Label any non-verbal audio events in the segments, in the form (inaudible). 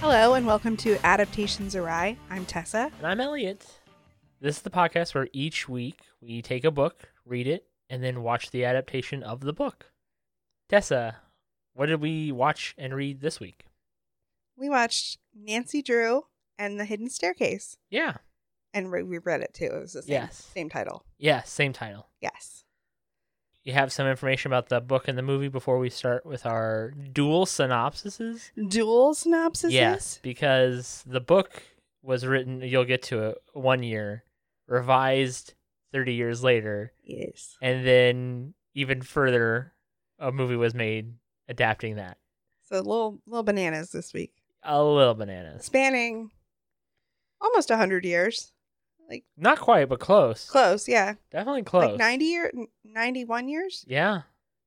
Hello, and welcome to Adaptations Awry. I'm Tessa. And I'm Elliot. This is the podcast where each week we take a book, read it, and then watch the adaptation of the book. Tessa, what did we watch and read this week? We watched Nancy Drew and The Hidden Staircase, Yeah. and we we read it too. It was the same, Yes. same title. Yeah, same title. Yes. You have some information about the book and the movie before we start with our dual synopsises? Dual synopsis? Yes, because the book was written, you'll get to it, one year, revised 30 years later, Yes. and then even further, a movie was made adapting that. So little little bananas this week, A little bananas. spanning almost hundred years. Not quite, but close. Close, yeah. Definitely close. Like ninety year, ninety one years? Yeah.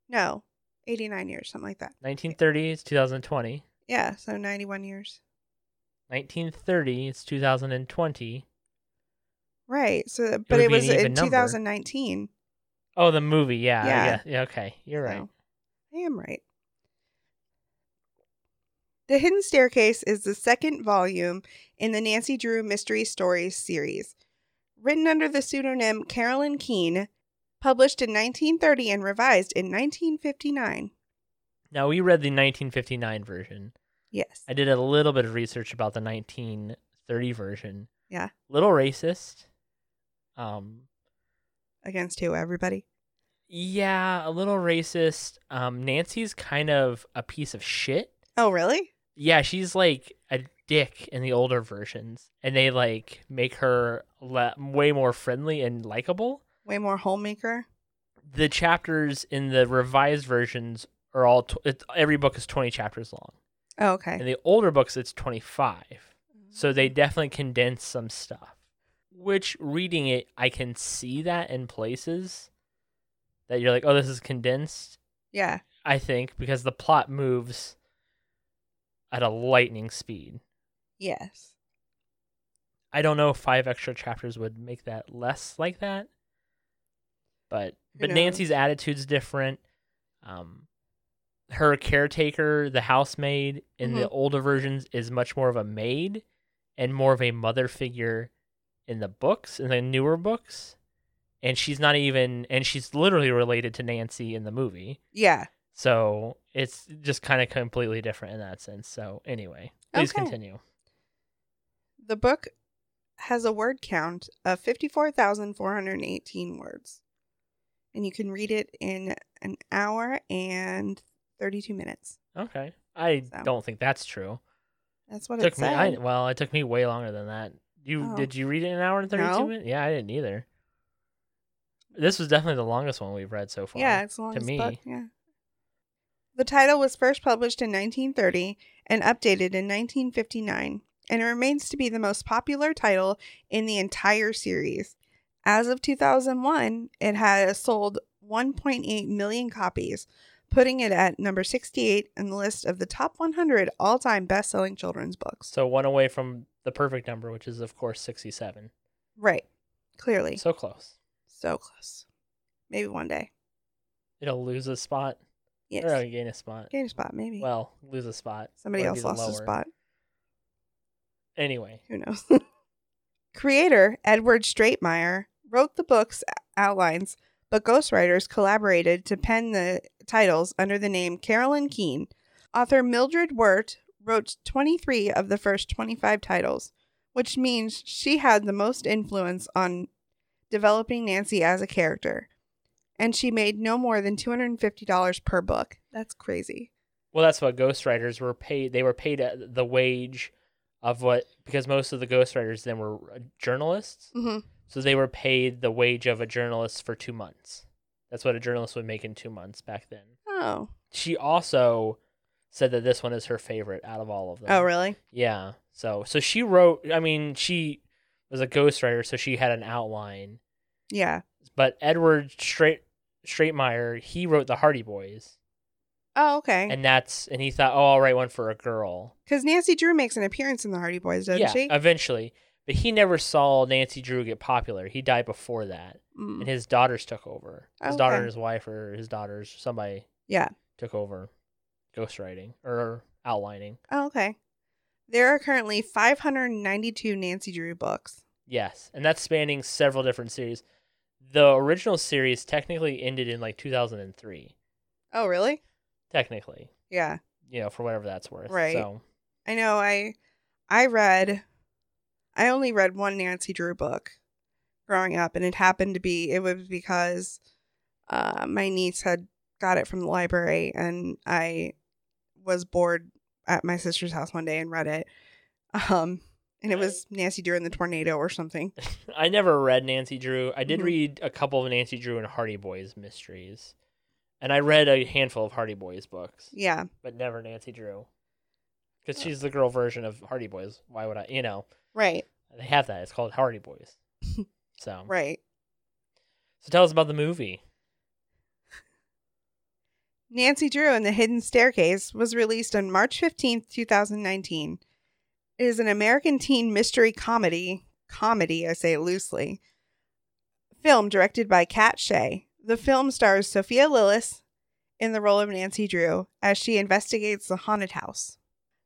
No, eighty nine years, something like that. 1930 is 2020. Yeah, so ninety one years. 1930 is 2020. Right. So, but it would be an was in even number. 2019. Oh, the movie. Yeah. Yeah. Yeah. yeah okay. You're right. So, I am right. The Hidden Staircase is the second volume in the Nancy Drew Mystery Stories series. Written under the pseudonym Carolyn Keene, published in 1930 and revised in 1959. Now, we read the 1959 version. Yes. I did a little bit of research about the 1930 version. Yeah. Little racist. Um, Against who? Everybody? yeah, a little racist. Um, Nancy's kind of a piece of shit. Oh, really? Yeah, she's like a dick in the older versions, and they like make her le- way more friendly and likable. Way more homemaker? The chapters in the revised versions are all tw- it's, every book is 20 chapters long. Oh, okay. In the older books it's 25. So they definitely condense some stuff. Which reading it I can see that in places that you're like, "Oh, this is condensed." Yeah. I think because the plot moves at a lightning speed. Yes. I don't know if five extra chapters would make that less like that. But but knows? Nancy's attitude's different. Um her caretaker, the housemaid in the Mm-hmm. older versions is much more of a maid and more of a mother figure in the books, in the newer books. And she's not even and she's literally related to Nancy in the movie. Yeah. So it's just kind of completely different in that sense. So anyway, please Okay. continue. The book has a word count of 54,418 words. And you can read it in an hour and 32 minutes. Okay. I So. don't think that's true. That's what took it me said. I, well it took me way longer than that you Oh. did you read it in an hour and 32 No. minutes yeah i didn't either this was definitely the longest one we've read so far yeah, it's long to as me. book. Yeah. The title was first published in 1930 and updated in 1959, and it remains to be the most popular title in the entire series. As of 2001, it has sold 1.8 million copies, putting it at number 68 in the list of the top 100 all-time best-selling children's books. so one away from the perfect number which is of course 67 Right. Clearly. so close So close. Maybe one day. it'll lose a spot Yes. or it'll gain a spot Game spot, maybe. well lose a spot Somebody Or else be lost a lower. spot. anyway Who knows? (laughs) Creator Edward Straitmeyer wrote the book's outlines, but ghostwriters collaborated to pen the titles under the name Carolyn Keene. Author Mildred Wirt wrote 23 of the first 25 titles, which means she had the most influence on developing Nancy as a character. And she made no more than $250 per book. That's crazy. well that's what ghostwriters were paid they were paid at the wage of what because most of the ghostwriters then were uh, journalists Mm-hmm. So they were paid the wage of a journalist for two months. That's what a journalist would make in two months back then. Oh. She also said that this one is her favorite out of all of them. Oh, really? Yeah. So so she wrote. I mean, she was a ghostwriter, so she had an outline. Yeah. But Edward Straight Straightmeyer, he wrote the Hardy Boys, Oh, okay. and that's and he thought, oh, I'll write one for a girl. Because Nancy Drew makes an appearance in the Hardy Boys, doesn't yeah, she? eventually. But he never saw Nancy Drew get popular. He died before that. Mm. and his daughters took over. Oh, His Okay. daughter and his wife, or his daughters, somebody Yeah. took over ghostwriting or outlining. Oh, okay. There are currently 592 Nancy Drew books. Yes, and that's spanning several different series. The original series technically ended in like 2003, Oh, really? technically, Yeah. you know, for whatever that's worth. Right. So, I know I I read I only read one Nancy Drew book growing up and it happened to be it was because uh my niece had got it from the library and I was bored at my sister's house one day and read it. Um and it was Nancy Drew and the Tornado or something. (laughs) I never read Nancy Drew. I did Mhm. read a couple of Nancy Drew and Hardy Boys mysteries, and I read a handful of Hardy Boys books, Yeah. but never Nancy Drew, because she's the girl version of Hardy Boys. Why would I? You know, Right. they have that. It's called (laughs) Hardy Boys. So, Right. so tell us about the movie. Nancy Drew and the Hidden Staircase was released on March 15th, 2019. It is an American teen mystery comedy, comedy, I say loosely, film directed by Kat Shea. The film stars Sophia Lillis in the role of Nancy Drew as she investigates the haunted house.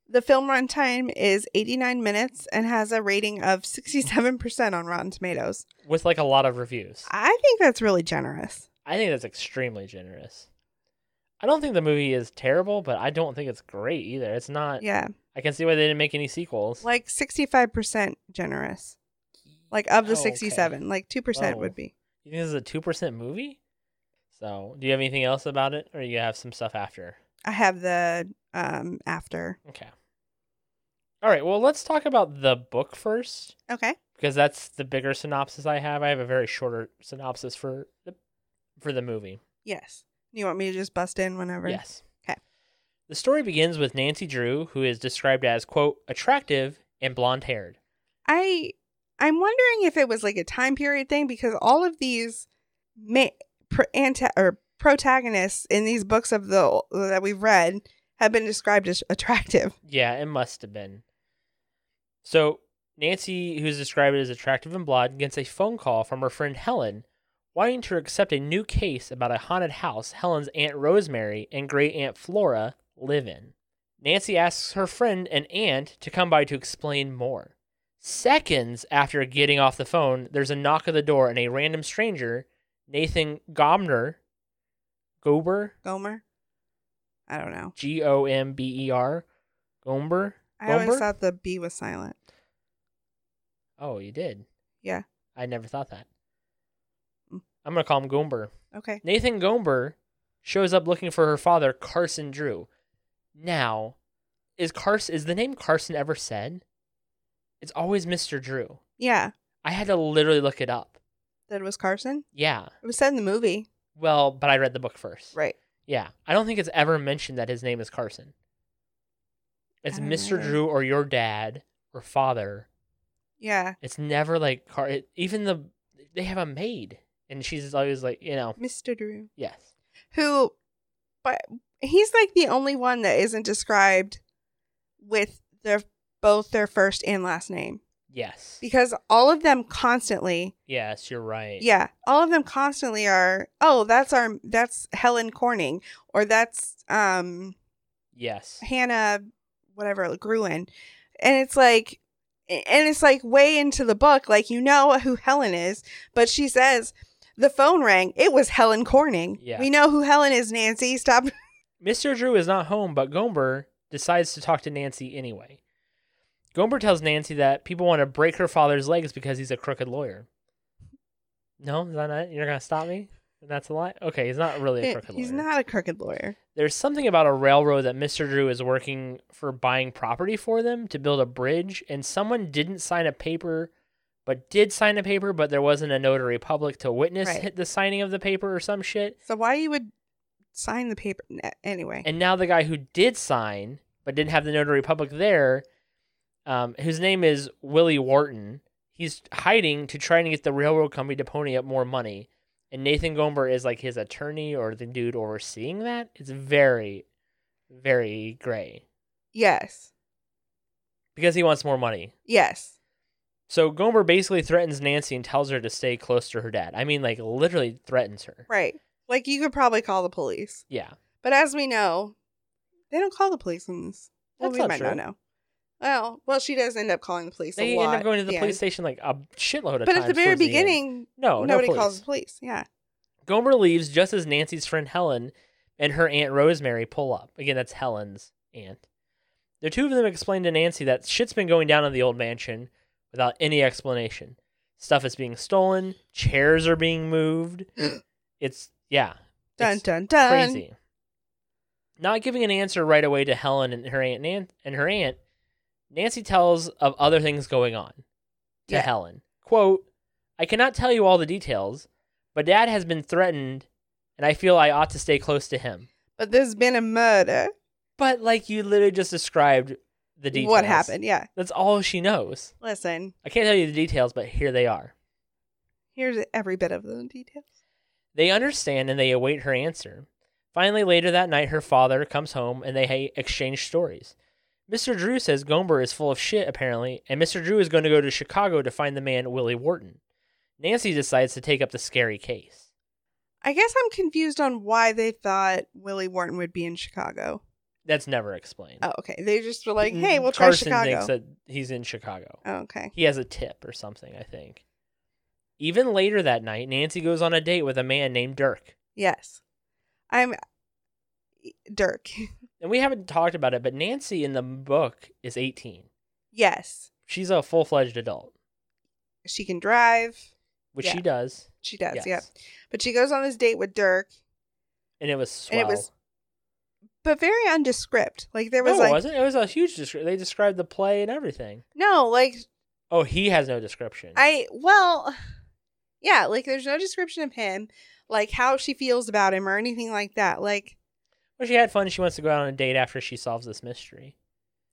The film runtime is 89 minutes and has a rating of 67% on Rotten Tomatoes. with like a lot of reviews. I think that's really generous. I think that's extremely generous. I don't think the movie is terrible, but I don't think it's great either. It's not. Yeah, I can see why they didn't make any sequels. like 65% generous. like of the Oh, okay. Oh. 67 like 2% Wow. would be You think this is a two percent movie? So, do you have anything else about it, or you have some stuff after? i have the um after Okay. All right. Well, let's talk about the book first, okay because that's the bigger synopsis I have. I have a very shorter synopsis for the for the movie. yes you want me to just bust in whenever Yes. 'Kay. The story begins with Nancy Drew, who is described as, quote, attractive and blonde haired. i i'm wondering if it was like a time period thing because all of these ma- pro- anta- or protagonists in these books of the that we've read have been described as attractive (laughs) Yeah, it must have been. So Nancy, who's described as attractive and blonde, gets a phone call from her friend Helen wanting to accept a new case about a haunted house Helen's Aunt Rosemary and great Aunt Flora live in. Nancy asks her friend and aunt to come by to explain more. Seconds after getting off the phone, there's a knock at the door and a random stranger, Nathan Gomner, Gober, gomer i don't know G O M B E R, Gomber. i always Gomber? thought the b was silent Oh, you did? Yeah. I never thought that. Mm. I'm going to call him Gomber. okay Nathan Gomber shows up looking for her father, Carson Drew. Now, is Carson is the name Carson ever said? It's always Mr. Drew. yeah I had to literally look it up. that was carson Yeah. it was said in the movie Well, but I read the book first. right Yeah. I don't think it's ever mentioned that his name is Carson. It's I don't Mr. either. Drew or your dad or father yeah It's never like car. It, even the they have a maid, and she's always like, you know, mr drew yes, who but he's like the only one that isn't described with their both their first and last name yes, because all of them constantly yes. You're right. yeah all of them constantly are oh that's our that's helen corning or that's um Yes. hannah whatever gruen and it's like and it's like way into the book like you know who helen is but she says the phone rang it was helen corning Yeah. we know who helen is nancy stop Mr. Drew is not home, but Gomber decides to talk to Nancy anyway. Gomber tells Nancy that people want to break her father's legs because he's a crooked lawyer. No, is that not, you're gonna stop me? And that's a lie. Okay, he's not really a Eh, crooked lawyer. He's not a crooked lawyer. there's something about a railroad that Mr. Drew is working for buying property for them to build a bridge, and someone didn't sign a paper, but did sign a paper, but there wasn't a notary public to witness Right. hit the signing of the paper or some shit. So why you would sign the paper N- anyway? And now the guy who did sign but didn't have the notary public there, um, whose name is Willie Wharton, he's hiding to try and get the railroad company to pony up more money. And Nathan Gomber is like his attorney or the dude overseeing that. It's very, very gray. yes. because he wants more money. Yes. So Gomer basically threatens Nancy and tells her to stay close to her dad. I mean, like literally threatens her. Right. Like you could probably call the police. Yeah, But as we know, they don't call the police on this. Well, That's we not might true. not know. Well, well, she does end up calling the police. They a lot end up going to the yeah. police station like a shitload of But times. at the very towards end. beginning, no, no nobody police. calls the police. Yeah. Gomer leaves just as Nancy's friend Helen and her aunt Rosemary pull up. Again, that's Helen's aunt. The two of them explain to Nancy that shit's been going down in the old mansion without any explanation. Stuff is being stolen, chairs are being (gasps) moved. it's yeah. Dun it's dun dun. crazy. Not giving an answer right away to Helen and her aunt Nan- and her aunt, Nancy tells of other things going on to Yeah. Helen. Quote, I cannot tell you all the details, but dad has been threatened and I feel I ought to stay close to him. But there's been a murder. But like you literally just described the details. What happened? Yeah. That's all she knows. Listen, I can't tell you the details, but here they are. here's every bit of the details. They understand and they await her answer. Finally, later that night, her father comes home and they ha- exchange stories. Mr. Drew says Gomber is full of shit, apparently, and Mr. Drew is going to go to Chicago to find the man, Willie Wharton. Nancy decides to take up the scary case. I guess I'm confused on why they thought Willie Wharton would be in Chicago. That's never explained. Mm, Oh, okay. They just were like, hey, we'll try Mm-hmm. Carson Chicago. thinks that he's in Chicago. oh, okay. He has a tip or something, I think. Even later that night, Nancy goes on a date with a man named Dirk. Yes. I'm e, Dirk. And we haven't talked about it, but Nancy in the book is 18. yes. She's a full fledged adult. She can drive. which Yeah. she does. She does, Yes. yep. But she goes on this date with Dirk, And it was swell. And it was- but very undescript. Like there no, was it like wasn't. It Oh, was a huge description. They described the play and everything. no, like Oh, he has no description. I well, yeah, like there's no description of him, like how she feels about him or anything like that. Like Well, she had fun. She wants to go out on a date after she solves this mystery.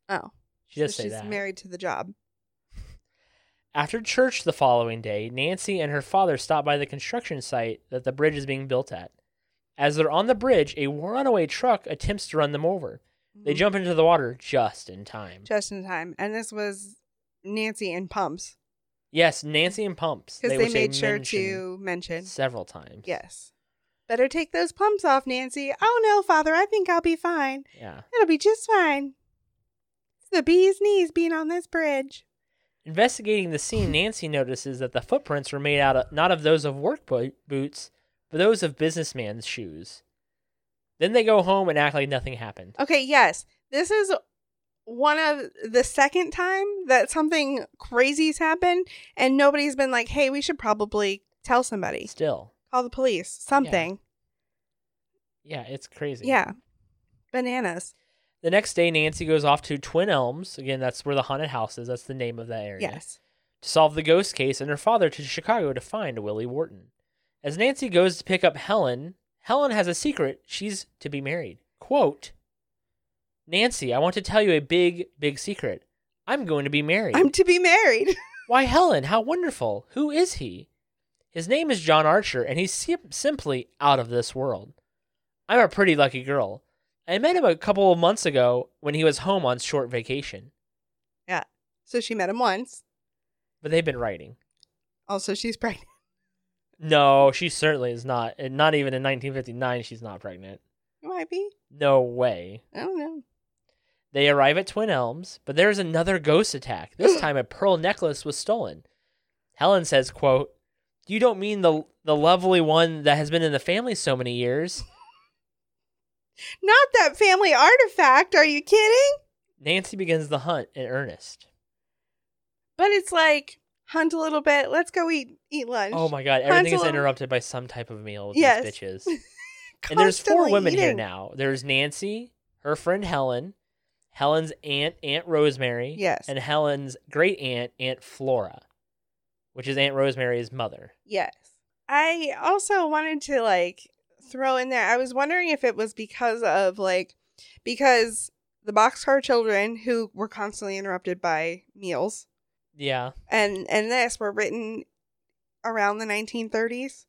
oh, She does so say she's that. married to the job. After church the following day, Nancy and her father stop by the construction site that the bridge is being built at. As they're on the bridge, a runaway truck attempts to run them over. They Mhm. jump into the water just in time. just in time, and this was Nancy in pumps yes, Nancy and Pumps. because they, which made sure mention to mention several times. yes. Better take those pumps off, Nancy. Oh no, Father, I think I'll be fine. Yeah. It'll be just fine. It's the bee's knees being on this bridge. Investigating the scene, Nancy notices that the footprints were made out of, not of those of work bo- boots, but those of businessman's shoes. Then they go home and act like nothing happened. Okay, yes. This is one of the second time that something crazy's happened and nobody's been like, "Hey, we should probably tell somebody. Still, Call the police. Something." yeah, it's crazy. Yeah. Bananas. The next day, Nancy goes off to Twin Elms. Again, that's where the haunted house is. That's the name of that area. Yes. to solve the ghost case and her father to Chicago to find Willie Wharton. As Nancy goes to pick up Helen, Helen has a secret. She's to be married. Quote Nancy, I want to tell you a big, big secret. I'm going to be married. I'm to be married. (laughs) Why, Helen, how wonderful. Who is he? His name is John Archer, and he's sim- simply out of this world. I'm a pretty lucky girl. I met him a couple of months ago when he was home on short vacation, so she met him once. but they've been writing. Also, she's pregnant. (laughs) No, she certainly is not. And not even in 1959, she's not pregnant. Might be. No way. I don't know. They arrive at Twin Elms, but there is another ghost attack. (gasps) This time, a pearl necklace was stolen. Helen says, "Quote: You don't mean the the lovely one that has been in the family so many years." Not that family artifact. Are you kidding? Nancy begins the hunt in earnest. But it's like hunt a little bit. Let's go eat eat lunch. Oh my god! Everything is Hansel- interrupted by some type of meal with Yes. these (laughs) bitches. and there's four Constantly women here eating. now. There's Nancy, her friend Helen, Helen's aunt, Aunt Rosemary, Yes. and Helen's great aunt, Aunt Flora, which is Aunt Rosemary's mother. Yes. I also wanted to like throw in there. I was wondering if it was because of like because the boxcar children who were constantly interrupted by meals Yeah, and and this were written around the 1930s,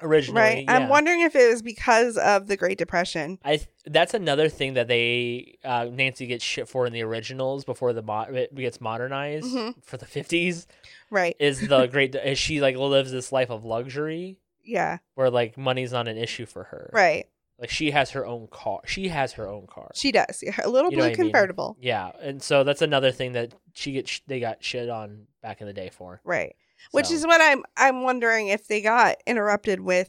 originally. right? yeah. I'm wondering if it was because of the Great Depression. I th- that's another thing that they uh, Nancy gets shit for in the originals before the mo- it gets modernized Mhm. for the fifties Right. (laughs) is the great is she like lives this life of luxury Yeah. where like money's not an issue for her Right. Like she has her own car. She has her own car. She does. Her little You blue know what I mean. convertible. yeah, and so that's another thing that she gets. They got shit on back in the day for. Right. Which So, is what I'm I'm wondering if they got interrupted with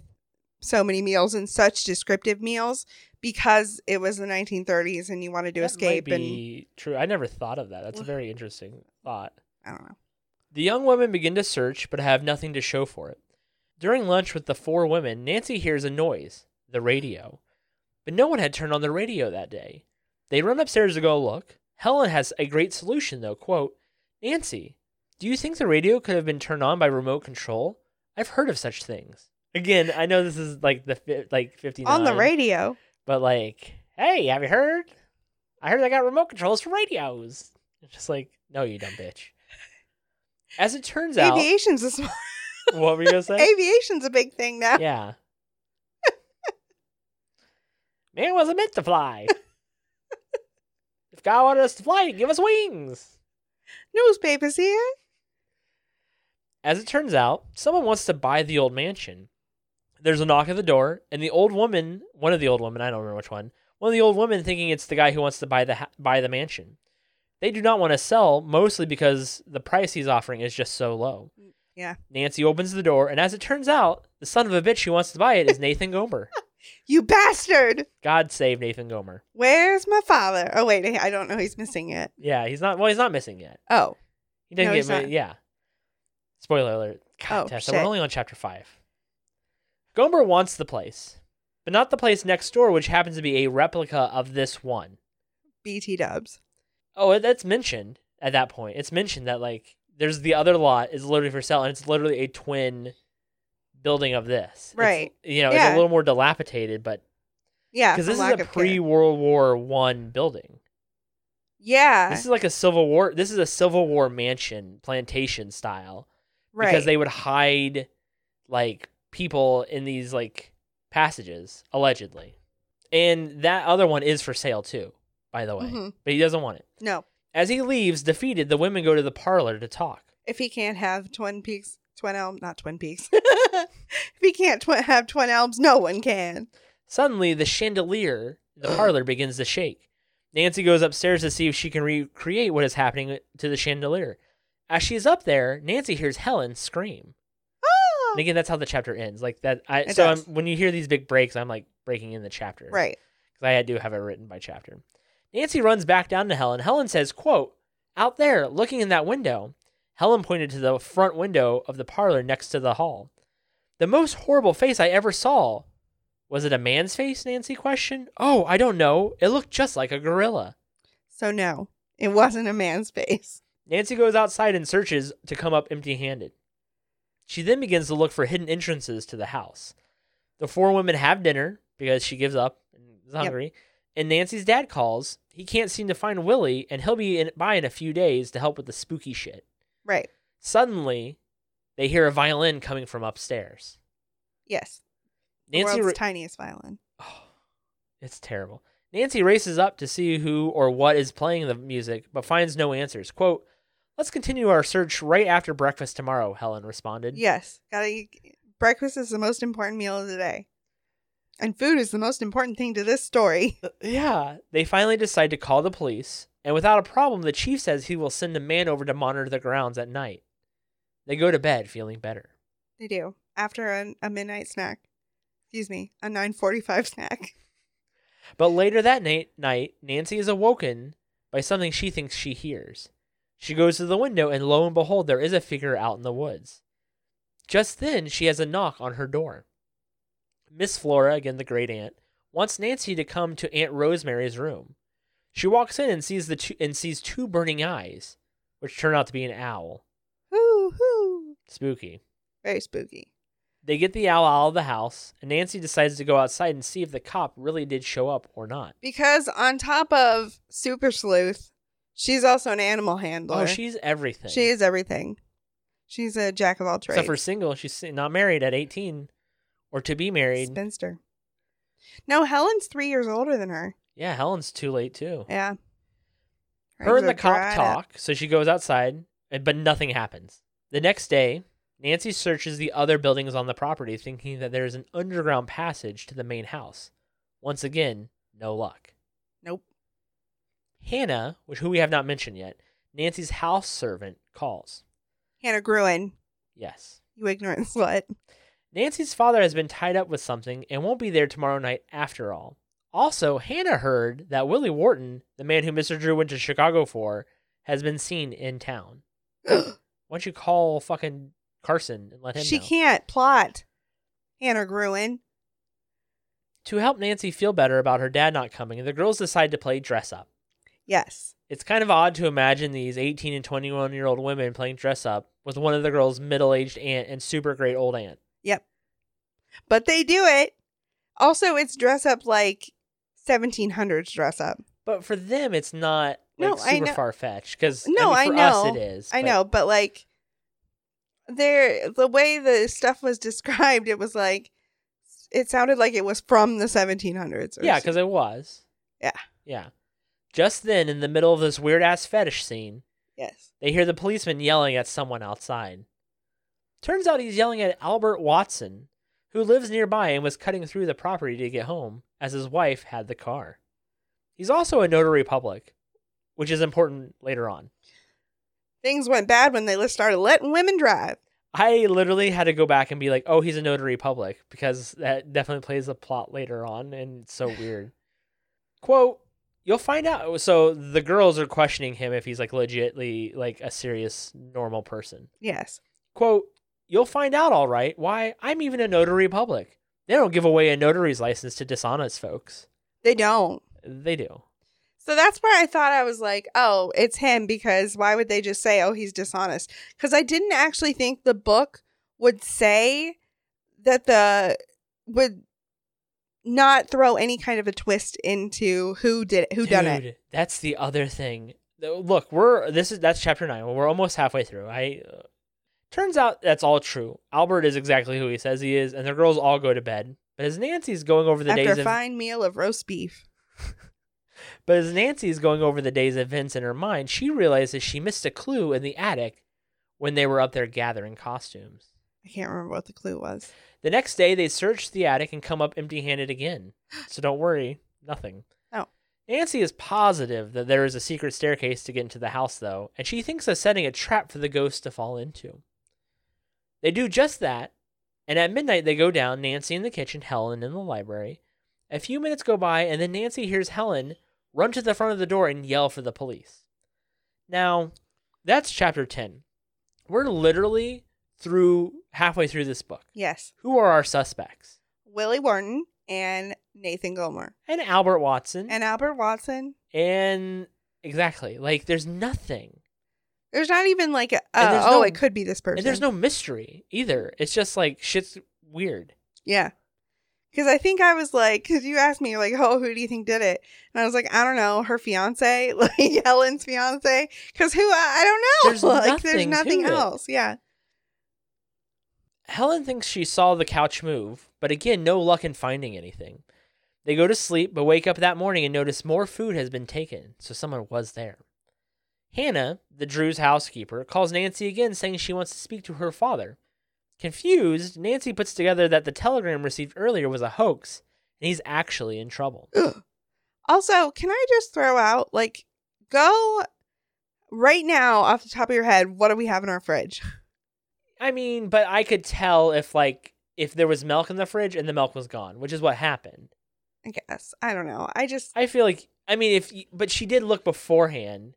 so many meals and such descriptive meals because it was the 1930s and you wanted to that might escape and be true. I never thought of that. That's a very interesting thought. I don't know. The young women begin to search, but have nothing to show for it. During lunch with the four women, Nancy hears a noise the radio. But no one had turned on the radio that day. They run upstairs to go look. Helen has a great solution, though. Quote Nancy, do you think the radio could have been turned on by remote control? I've heard of such things. Again, I know this is like the fi- like 59 On the radio. but like, hey, have you heard? I heard they got remote controls for radios. It's just like, no, you dumb bitch. As it turns out, Aviation's a, sm- (laughs) what were you gonna say? aviation's a big thing now. yeah, man wasn't meant to fly. if God wanted us to fly, he'd give us wings. Newspapers here. As it turns out, someone wants to buy the old mansion. There's a knock at the door, and the old woman, one of the old women, I don't remember which one, one of the old women thinking it's the guy who wants to buy the ha- buy the mansion. They do not want to sell, mostly because the price he's offering is just so low. Yeah. Nancy opens the door, and as it turns out, the son of a bitch who wants to buy it is Nathan Gomer. You bastard. God save Nathan Gomer. Where's my father? Oh wait, I don't know. He's missing it. Yeah, he's not. Well, he's not missing yet. Oh, He didn't No, get he's ma- not. Yeah. Spoiler alert. God, Oh, Tess, we're shit. only on chapter five. Gomer wants the place, but not the place next door, which happens to be a replica of this one. BT Dubs. Oh, and that's mentioned at that point. It's mentioned that like there's the other lot is literally for sale, and it's literally a twin building of this. It's- Right. you know, it's Yeah. a little more dilapidated, but Yeah, because for this is lack a of care. pre World War One building. Yeah, This is like a Civil War. This is a Civil War mansion plantation style. right. because they would hide like people in these like passages allegedly and that other one is for sale too by the way Mhm. but he doesn't want it no, as he leaves defeated the women go to the parlor to talk if he can't have Twin Peaks, Twin Elm, not Twin Peaks. (laughs) if he can't tw- have Twin Elms, no one can. suddenly the chandelier (clears throat) in the parlor begins to shake nancy goes upstairs to see if she can recreate what is happening to the chandelier as she is up there nancy hears helen scream Oh, and again that's how the chapter ends like that i It so I'm, does. when you hear these big breaks i'm like breaking in the chapter right. because I do have it written by chapter. Nancy runs back down to Helen. Helen says, quote, out there, looking in that window. Helen pointed to the front window of the parlor next to the hall. The most horrible face I ever saw. Was it a man's face? Nancy questioned. Oh, I don't know. It looked just like a gorilla. So no, it wasn't a man's face. Nancy goes outside and searches to come up empty handed. She then begins to look for hidden entrances to the house. The four women have dinner because she gives up and is Yep. hungry. And Nancy's dad calls. He can't seem to find Willie, and he'll be in, by in a few days to help with the spooky shit. Right. Suddenly, they hear a violin coming from upstairs. Yes. The Nancy, world's ra- tiniest violin. Oh, it's terrible. Nancy races up to see who or what is playing the music, but finds no answers. Quote, Let's continue our search right after breakfast tomorrow, Helen responded. Yes. Gotta. eat- Breakfast is the most important meal of the day, and food is the most important thing to this story. (laughs) Uh, Yeah. They finally decide to call the police, and without a problem, the chief says he will send a man over to monitor the grounds at night. They go to bed feeling better. They do after a, a midnight snack. Excuse me, a nine forty-five (laughs) snack. But later that na- night, Nancy is awoken by something she thinks she hears. She goes to the window, and lo and behold, there is a figure out in the woods. Just then, she has a knock on her door. Miss Flora, again the great aunt, wants Nancy to come to Aunt Rosemary's room. She walks in and sees the two- and sees two burning eyes, which turn out to be an owl. Hoo hoo. Spooky. Very spooky. They get the owl out of the house, and Nancy decides to go outside and see if the cop really did show up or not. Because on top of Super Sleuth, she's also an animal handler. Oh, she's everything. she is everything. She's a jack of all trades. Except for single, she's not married at 18 or to be married. spinster. No, Helen's three years older than her. yeah, Helen's too late too. Yeah. Oh. Her Hers and the are cop dried up. talk, so she goes outside, and- but nothing happens. The next day, Nancy searches the other buildings on the property, thinking that there is an underground passage to the main house. Once again, no luck. Nope. Hannah, which who we have not mentioned yet, Nancy's house servant calls. Hannah Gruen, Yes. you ignorant (laughs) slut. Nancy's father has been tied up with something and won't be there tomorrow night after all. Also, Hannah heard that Willie Wharton, the man who Mr. Drew went to Chicago for, has been seen (gasps) in town. Why don't you call fucking Carson and let him she know? can't plot. Hannah Gruen. To help Nancy feel better about her dad not coming, the girls decide to play dress up. Yes. It's kind of odd to imagine these 18 and 21 year old women playing dress up with one of the girls' middle aged aunt and super great old aunt. But they do it. Also, it's dress up like 1700s dress up. But for them, it's not like No, I super know- far fetched because No, I mean, I for us know. it is. I but- know, but like there the way the stuff was (laughs) described, it was like it sounded like it was from the 1700s. Or Yeah, so- because it was. Yeah. Yeah. Just then, in the middle of this weird ass fetish scene, yes. they hear the policeman yelling at someone outside. Turns out he's yelling at Albert Watson, who lives nearby and was cutting through the property to get home, as his wife had the car. He's also a notary public, which is important later on. Things went bad when they li- started letting women drive. I literally had to go back and be like, "Oh, he's a notary public," because that definitely plays a plot later on, and it's so weird. Quote: You'll find out. So the girls are questioning him if he's like legitly like a serious normal person. Yes. Quote: You'll find out, all right. Why I'm even a notary public. They don't give away a notary's license to dishonest folks. They don't. They do. So that's where I thought I was like, oh, it's him because why would they just say, oh, he's dishonest? Because I didn't actually think the book would say that the would not throw any kind of a twist into who did who done it. Dude, That's the other thing. Though, Look, we're this is that's chapter nine. We're almost halfway through. I uh, turns out that's all true. Albert is exactly who he says he is, and the girls all go to bed. But as Nancy's going over the After days, a of, fine meal of roast beef. but as Nancy's going over the day's events in her mind, she realizes she missed a clue in the attic when they were up there gathering costumes. I can't remember what the clue was. The next day, they search the attic and come up empty handed again. So don't worry, nothing. Oh. Nancy is positive that there is a secret staircase to get into the house, though, and she thinks of setting a trap for the ghost to fall into. They do just that, and at midnight, they go down Nancy in the kitchen, Helen in the library. A few minutes go by, and then Nancy hears Helen run to the front of the door and yell for the police. Now, that's chapter 10. We're literally through halfway through this book Yes. who are our suspects? Willie Wharton and Nathan Gilmore. And Albert Watson. And Albert Watson. And- exactly. Like there's nothing. There's not even like a, And uh, there's oh, no- it could be this person. And there's no mystery either. It's just like shit's weird. Yeah. Because I think I was like, because you asked me, like, oh, who do you think did it? And I was like, I don't know, her fiance, (laughs) like Helen's fiance. Because who, I, I don't know. (laughs) There's like, nothing there's nothing to it. else. Yeah. Helen thinks she saw the couch move, but again, no luck in finding anything. They go to sleep, but wake up that morning and notice more food has been taken, so someone was there. Hannah, the Drew's housekeeper, calls Nancy again saying she wants to speak to her father. Confused, Nancy puts together that the telegram received earlier was a hoax, and he's actually in trouble. Also, can I just throw out, like, go right now off the top of your head, what do we have in our fridge? I mean, but I could tell if like if there was milk in the fridge and the milk was gone, which is what happened. I guess. I don't know. I just, I feel like I mean if y- but she did look beforehand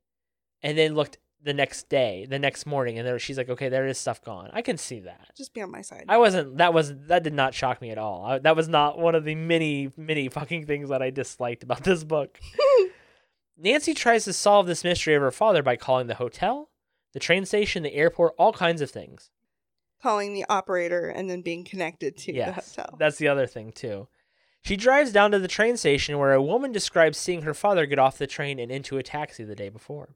and then looked the next day, the next morning and there she's like okay, there is stuff gone. I can see that. just be on my side. I wasn't that was that did not shock me at all. I, that was not one of the many many fucking things that I disliked about this book. Nancy tries to solve this mystery of her father by calling the hotel, the train station, the airport, all kinds of things. Calling the operator and then being connected to the hotel. That's the other thing too. She drives down to the train station where a woman describes seeing her father get off the train and into a taxi the day before.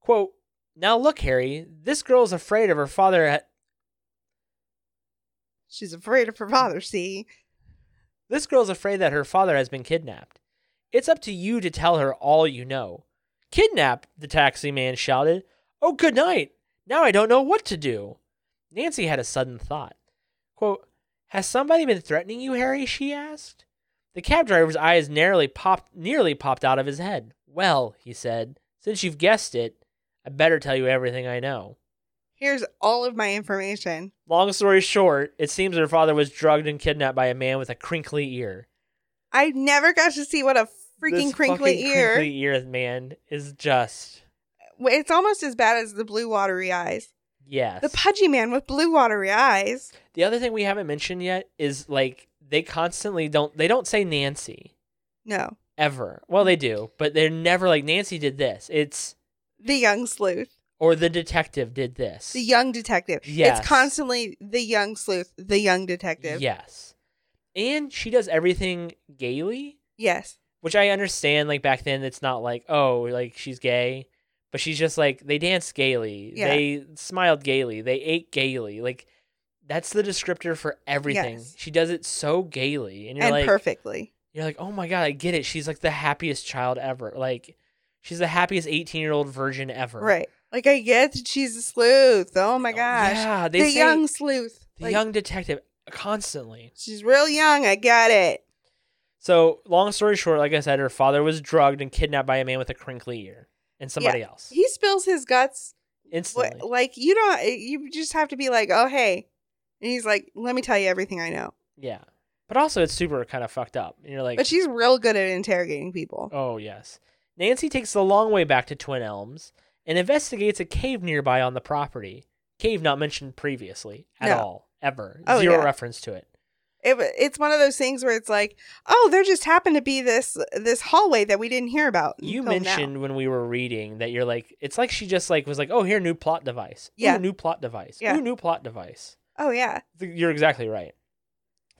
Quote, Now look, Harry, this girl's afraid of her father at She's afraid of her father, see? this girl's afraid that her father has been kidnapped. It's up to you to tell her all you know. Kidnapped, the taxi man shouted. Oh, good night. Now I don't know what to do. Nancy had a sudden thought. Quote, Has somebody been threatening you, Harry? she asked. The The cab driver's eyes narrowly popped, nearly popped out of his head. Well, he said, since you've guessed it, I better tell you everything I know. Here's all of my information. Long story short, it seems her father was drugged and kidnapped by a man with a crinkly ear. I never got to see what a freaking This crinkly fucking ear. Crinkly ear man is just It's almost as bad as the blue watery eyes. yes. The pudgy man with blue watery eyes. the other thing we haven't mentioned yet is like they constantly don't they don't say Nancy No, ever. Well, they do, but they're never like Nancy did this. It's the young sleuth, or the detective did this. the young detective. Yes. It's constantly the young sleuth, the young detective. Yes. And she does everything gaily, Yes. which I understand. Like back then, it's not like, oh, like she's gay, but she's just like, they danced gaily. Yeah. They smiled gaily. They ate gaily. Like, that's the descriptor for everything. Yes. She does it so gaily. And you're and like, perfectly. you're like, oh my God, I get it. She's like the happiest child ever. Like, she's the happiest 18 year old virgin ever. Right. Like I get that she's a sleuth. Oh my Oh, gosh. Yeah. They the say young sleuth. the Like, young detective constantly. She's real young. I got it. So, long story short, like I said, her father was drugged and kidnapped by a man with a crinkly ear and somebody else He spills his guts. wh- instantly. Like you don't. You just have to be like, oh hey, and he's like, let me tell you everything I know. Yeah, but also it's super kind of fucked up. And you're like, But she's real good at interrogating people. oh yes. Nancy takes the long way back to Twin Elms and investigates a cave nearby on the property. Cave not mentioned previously at No. all, ever. Zero Oh, yeah. reference to it. It, wa- it's one of those things where it's like, oh, there just happened to be this this hallway that we didn't hear about. You until now." mentioned when we were reading that you're like, it's like she just like was like, oh here, new plot device. Ooh, Yeah. new plot device. Yeah. Ooh, new plot device. Oh yeah. Th- You're exactly right.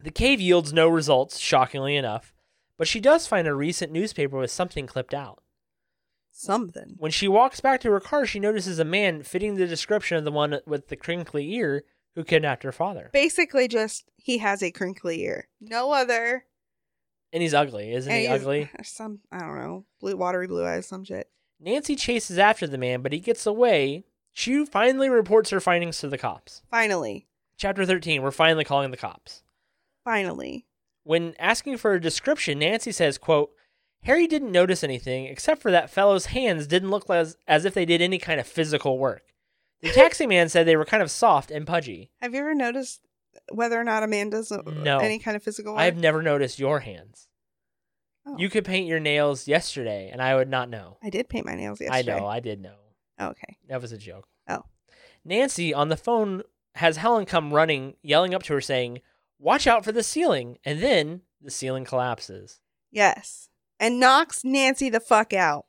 The cave yields no results, shockingly enough, but she does find a recent newspaper with something clipped out. Something. When she walks back to her car, she notices a man fitting the description of the one with the crinkly ear who kidnapped her father. Basically, just he has a crinkly ear. No other. And he's ugly, isn't And he he's- ugly? Some I don't know. Blue watery blue eyes. Some shit. Nancy chases after the man, but he gets away. She finally reports her findings to the cops. Finally, Chapter 13, we're finally calling the cops. finally. When asking for a description, Nancy says, quote, Harry didn't notice anything except for that fellow's hands didn't look as, as if they did any kind of physical work. The taxi man said they were kind of soft and pudgy. Have you ever noticed whether or not a man does uh, No. any kind of physical work? I have never noticed your hands. Oh. You could paint your nails yesterday and I would not know. I did paint my nails yesterday. I know, I did know. Oh, okay. That was a joke. Oh. Nancy on the phone has Helen come running, yelling up to her saying, Watch out for the ceiling. And then the ceiling collapses. Yes. And knocks Nancy the fuck out.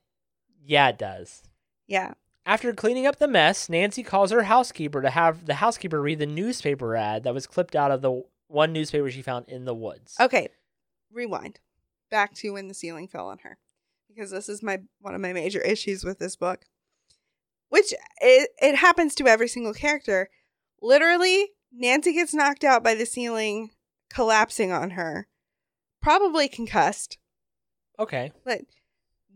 Yeah, it does. Yeah. After cleaning up the mess, Nancy calls her housekeeper to have the housekeeper read the newspaper ad that was clipped out of the one newspaper she found in the woods. Okay. Rewind back to when the ceiling fell on her, because this is my one of my major (laughs) issues with this book, which it, it happens to every single character. Literally, Nancy gets knocked out by the ceiling collapsing on her, probably concussed. Okay. but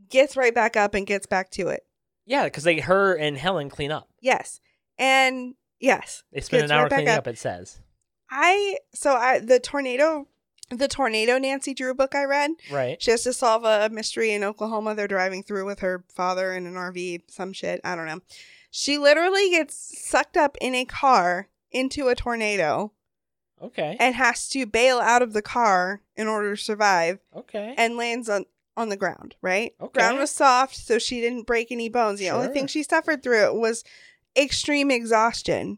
gets right back up and gets back to it. Yeah, because they her and Helen clean up. Yes. And yes. They spend Gets an hour right back cleaning up. up. it says. I so I the tornado the tornado Nancy Drew book I read. Right. She has to solve a mystery in Oklahoma. They're driving through with her father in an RV, some shit. I don't know. She literally gets sucked up in a car into a tornado Okay. and has to bail out of the car in order to survive Okay. and lands on on the ground, right? Okay. Ground was soft, so she didn't break any bones. The only Sure. thing she suffered through it was extreme exhaustion.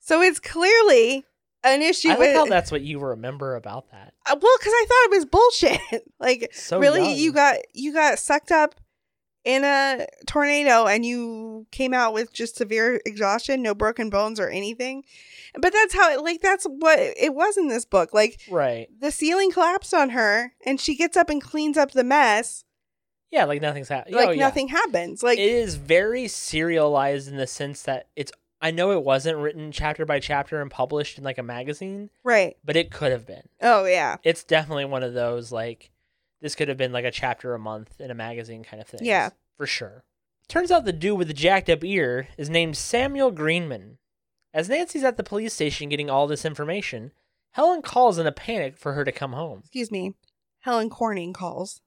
So it's clearly an issue I like with how that's what you remember about that. Uh, well, because I thought it was bullshit. (laughs) like So really, young. you got you got sucked up in a tornado and you came out with just severe exhaustion, no broken bones or anything. But that's how it like that's what it was in this book. Like right. the ceiling collapsed on her and she gets up and cleans up the mess Oh, Yeah, like nothing's happening. like nothing happens like it is very serialized in the sense that it's. I know it wasn't written chapter by chapter and published in like a magazine, right but it could have been. oh yeah it's definitely one of those like this could have been like a chapter a month in a magazine kind of thing. Yeah. For sure. Turns out the dude with the jacked up ear is named Samuel Greenman. As Nancy's at the police station getting all this information, Helen calls in a panic for her to come home. excuse me Helen Corning calls.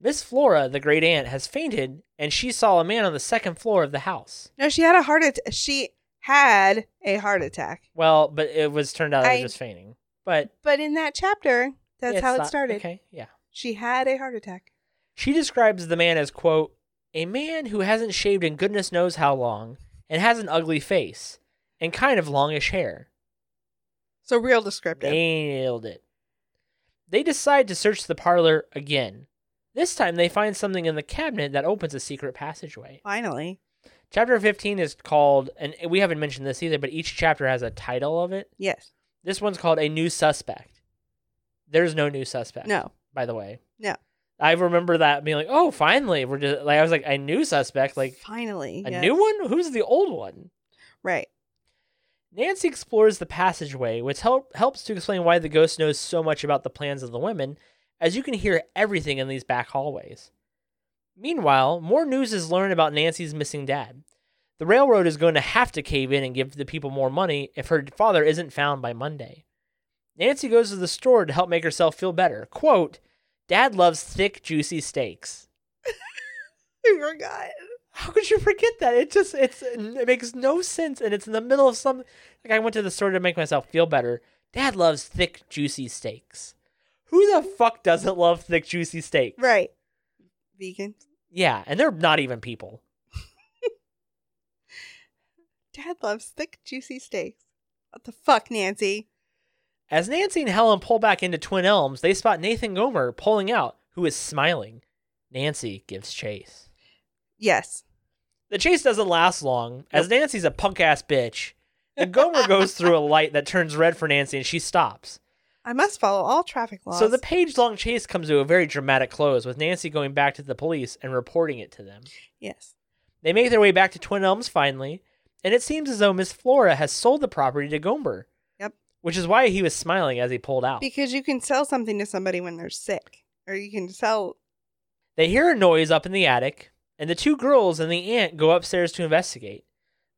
Miss Flora, the great aunt, has fainted, and she saw a man on the second floor of the house. No, she had a heart attack. She had a heart attack. Well, but it was turned out it I- was just fainting. But But in that chapter, that's it's how it not- started. Okay, yeah. She had a heart attack. She describes the man as quote a man who hasn't shaved in goodness knows how long and has an ugly face and kind of longish hair. So real descriptive. Nailed it. They decide to search the parlor again. This time they find something in the cabinet that opens a secret passageway. Finally. Chapter 15 is called, and we haven't mentioned this either, but each chapter has a title of it. Yes. This one's called A New Suspect. There's no new suspect. No. By the way. No. I remember that being like, oh, finally. We're just, like, I was like, a new suspect. Like, Finally. a yes. new one? Who's the old one? (laughs) Right. Nancy explores the passageway, which help, helps to explain why the ghost knows so much about the plans of the women, as you can hear everything in these back hallways. Meanwhile, more news is learned about Nancy's missing dad. The railroad is going to have to cave in and give the people more money if her father isn't found by Monday. Nancy goes to the store to help make herself feel better. Quote, Dad loves thick, juicy steaks. I forgot. How could you forget that? It just it's it makes no sense, and it's in the middle of some. Like I went to the store to make myself feel better. Dad loves thick, juicy steaks. Who the fuck doesn't love thick, juicy steaks? Right. Vegan. Yeah, and they're not even people. Dad loves thick, juicy steaks. What the fuck, Nancy? As Nancy and Helen pull back into Twin Elms, they spot Nathan Gomer pulling out, who is smiling. Nancy gives chase. Yes. The chase doesn't last long, as Nancy's a punk ass bitch. And Gomer goes through a light that turns red for Nancy, and she stops. I must follow all traffic laws. So the page long chase comes to a very dramatic close with Nancy going back to the police and reporting it to them. yes. They make their way back to Twin Elms finally, and it seems as though Miss Flora has sold the property to Gomber. Yep. Which is why he was smiling as he pulled out. Because you can sell something to somebody when they're sick, or you can sell. They hear a noise up in the attic, and the two girls and the aunt go upstairs to investigate.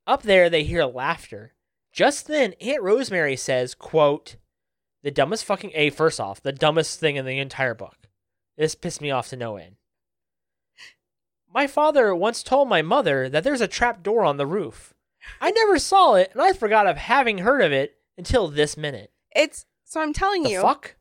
Up there, they hear laughter. Just then, Aunt Rosemary says, quote, the dumbest fucking, A, first off, the dumbest thing in the entire book. This pissed me off to no end. My father once told my mother that there's a trap door on the roof. I never saw it, and I forgot of having heard of it until this minute. It's so I'm telling The you, fuck?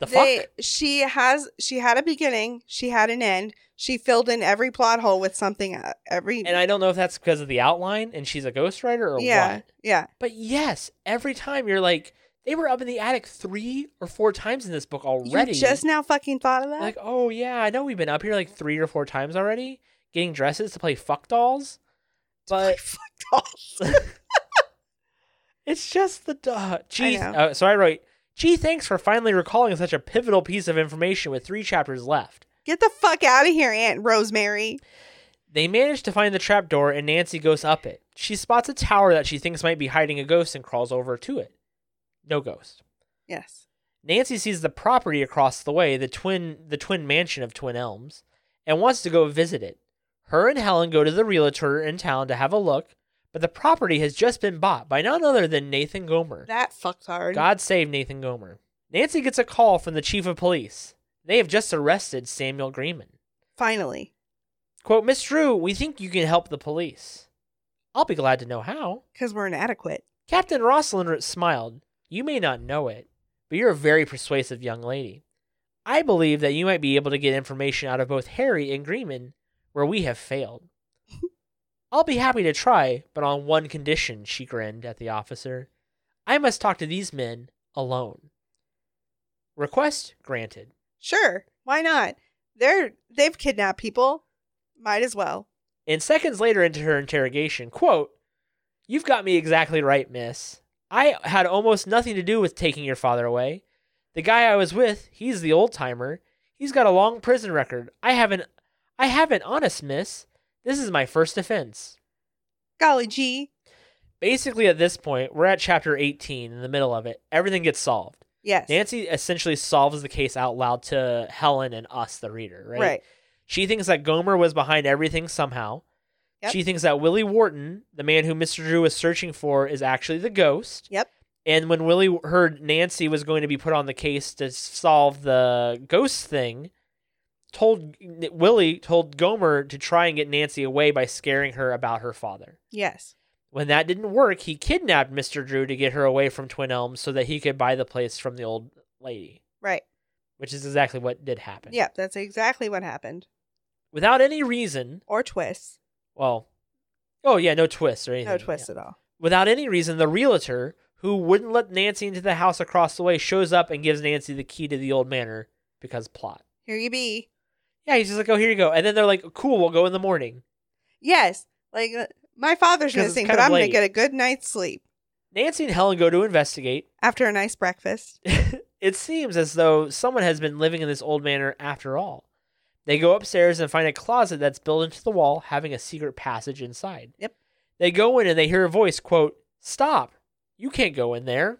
The they- fuck? she has she had a beginning, she had an end, she filled in every plot hole with something uh, every And I don't know if that's because of the outline and she's a ghostwriter or yeah what. yeah But yes, every time you're like, they were up in the attic three or four times in this book already. you just now fucking thought of that like, oh yeah, I know we've been up here like three or four times already, getting dresses to play fuck dolls. But it's just the duh. Gee, know. uh, so I wrote, gee, thanks for finally recalling such a pivotal piece of information with three chapters left. get the fuck out of here, Aunt Rosemary. They manage to find the trapdoor and Nancy goes up it. She spots a tower that she thinks might be hiding a ghost and crawls over to it. No ghost. Yes, Nancy sees the property across the way, the twin the twin mansion of Twin Elms, and wants to go visit it. Her and Helen go to the realtor in town to have a look, but the property has just been bought by none other than Nathan Gomer. that fucked hard. God save Nathan Gomer. Nancy gets a call from the chief of police. They have just arrested Samuel Greenman. Finally, Quote, Miss Drew, we think you can help the police. I'll be glad to know how. because we're inadequate. Captain Rosalind smiled. You may not know it, but you're a very persuasive young lady. I believe that you might be able to get information out of both Harry and Greenman where we have failed. I'll be happy to try, but on one condition, she grinned at the officer. I must talk to these men alone. Request granted. Sure, why not? They're they've kidnapped people. Might as well. And seconds later into her interrogation, quote, You've got me exactly right, miss. I had almost nothing to do with taking your father away. The guy I was with, he's the old timer. He's got a long prison record. I haven't I haven't honest, miss. This is my first offense. Golly gee, Basically at this point, we're at chapter 18 in the middle of it. Everything gets solved. yes, Nancy essentially solves the case out loud to Helen and us the reader, right. she thinks that Gomer was behind everything somehow. Yep. She thinks that Willie Wharton, the man who Mr. Drew was searching for, is actually the ghost. Yep. And when Willie heard Nancy was going to be put on the case to solve the ghost thing, told Willie told Gomer to try and get Nancy away by scaring her about her father. Yes. When that didn't work, he kidnapped Mr. Drew to get her away from Twin Elms so that he could buy the place from the old lady, Right. which is exactly what did happen. Yep. That's exactly what happened. Without any reason, Or twists. well, oh yeah, no twists or anything. No yeah. twists at all. Without any reason, the realtor, who wouldn't let Nancy into the house across the way, shows up and gives Nancy the key to the old manor because plot. Here you be. Yeah, he's just like, oh, here you go. And then they're like, cool, we'll go in the morning. Yes. Like uh, my father's 'Cause it's missing, kind but of I'm going late. to get a good night's sleep Nancy and Helen go to investigate. (laughs) after a nice breakfast. it seems as though someone has been living in this old manor after all. They go upstairs and find a closet that's built into the wall, having a secret passage inside. Yep. They go in and they hear a voice, quote, Stop! You can't go in there.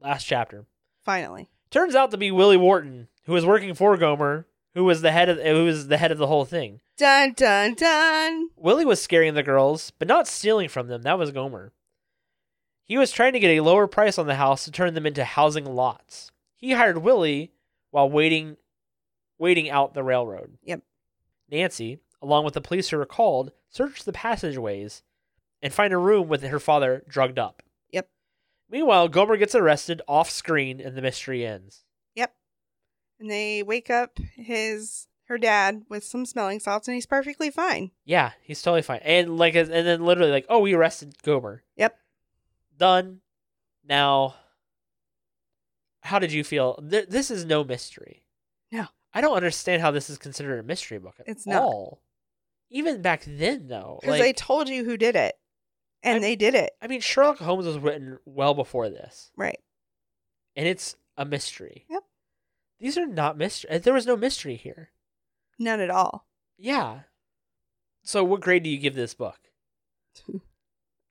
Last chapter. Finally. Turns out to be Willie Wharton, who was working for Gomer, who was the head of who was the head of the whole thing. Dun dun dun. Willie was scaring the girls, but not stealing from them. That was Gomer. He was trying to get a lower price on the house to turn them into housing lots. He hired Willie while waiting waiting out the railroad. Yep. Nancy, along with the police who were called, search the passageways and find a room with her father drugged up. Yep. Meanwhile, Gomer gets arrested off screen and the mystery ends. And they wake up his her dad with some smelling salts, and he's perfectly fine. Yeah, he's totally fine. And like, as- and then literally like, oh, we arrested Gomer. Yep. Done. Now, how did you feel? Th- this is no mystery. No. I don't understand how this is considered a mystery book at It's not. all. Even back then, though, Because like, they told you who did it, and I'm- they did it. I mean, Sherlock Holmes was written well before this, Right. and it's a mystery. Yep. These are not mystery. There was no mystery here. None at (laughs) all. Yeah. So, what grade do you give this book?